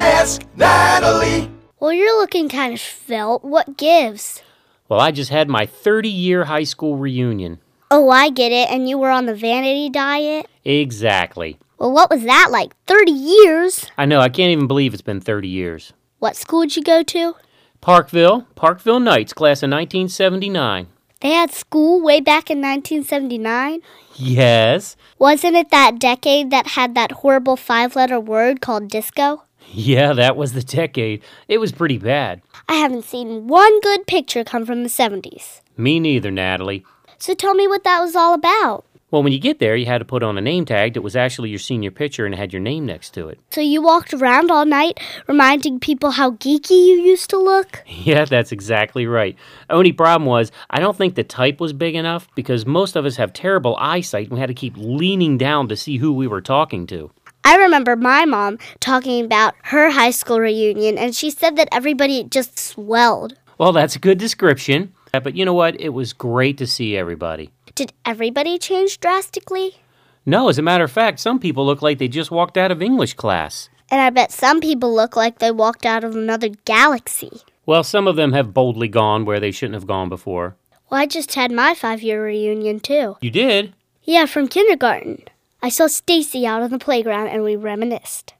Ask Natalie. Well, you're looking kind of svelte. What gives? Well, I just had my 30 year high school reunion. Oh, I get it. And you were on the vanity diet? Exactly. Well, what was that like? 30 years? I know, I can't even believe it's been 30 years. What school did you go to? Parkville, Parkville Knights, class of 1979. They had school way back in 1979? Yes, Wasn't it that decade that had that horrible five letter word called disco? yeah, that was the decade. It was pretty bad. I haven't seen one good picture come from the 70s. Me neither, Natalie. So tell me what that was all about. Well, when you get there, you had to put on a name tag that was actually your senior picture and had your name next to it. So you walked around all night reminding people how geeky you used to look? Yeah, that's exactly right. Only problem was, I don't think the type was big enough because most of us have terrible eyesight and we had to keep leaning down to see who we were talking to. I remember my mom talking about her high school reunion, and she said that everybody just swelled. Well, that's a good description. Uh, But you know what? It was great to see everybody. Did everybody change drastically? No, as a matter of fact, some people look like they just walked out of English class. And I bet some people look like they walked out of another galaxy. Well, some of them have boldly gone where they shouldn't have gone before. Well, I just had my five year reunion, too. You did? Yeah, from kindergarten. I saw Stacy out on the playground and we reminisced.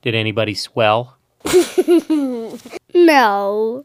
Did anybody swell? No.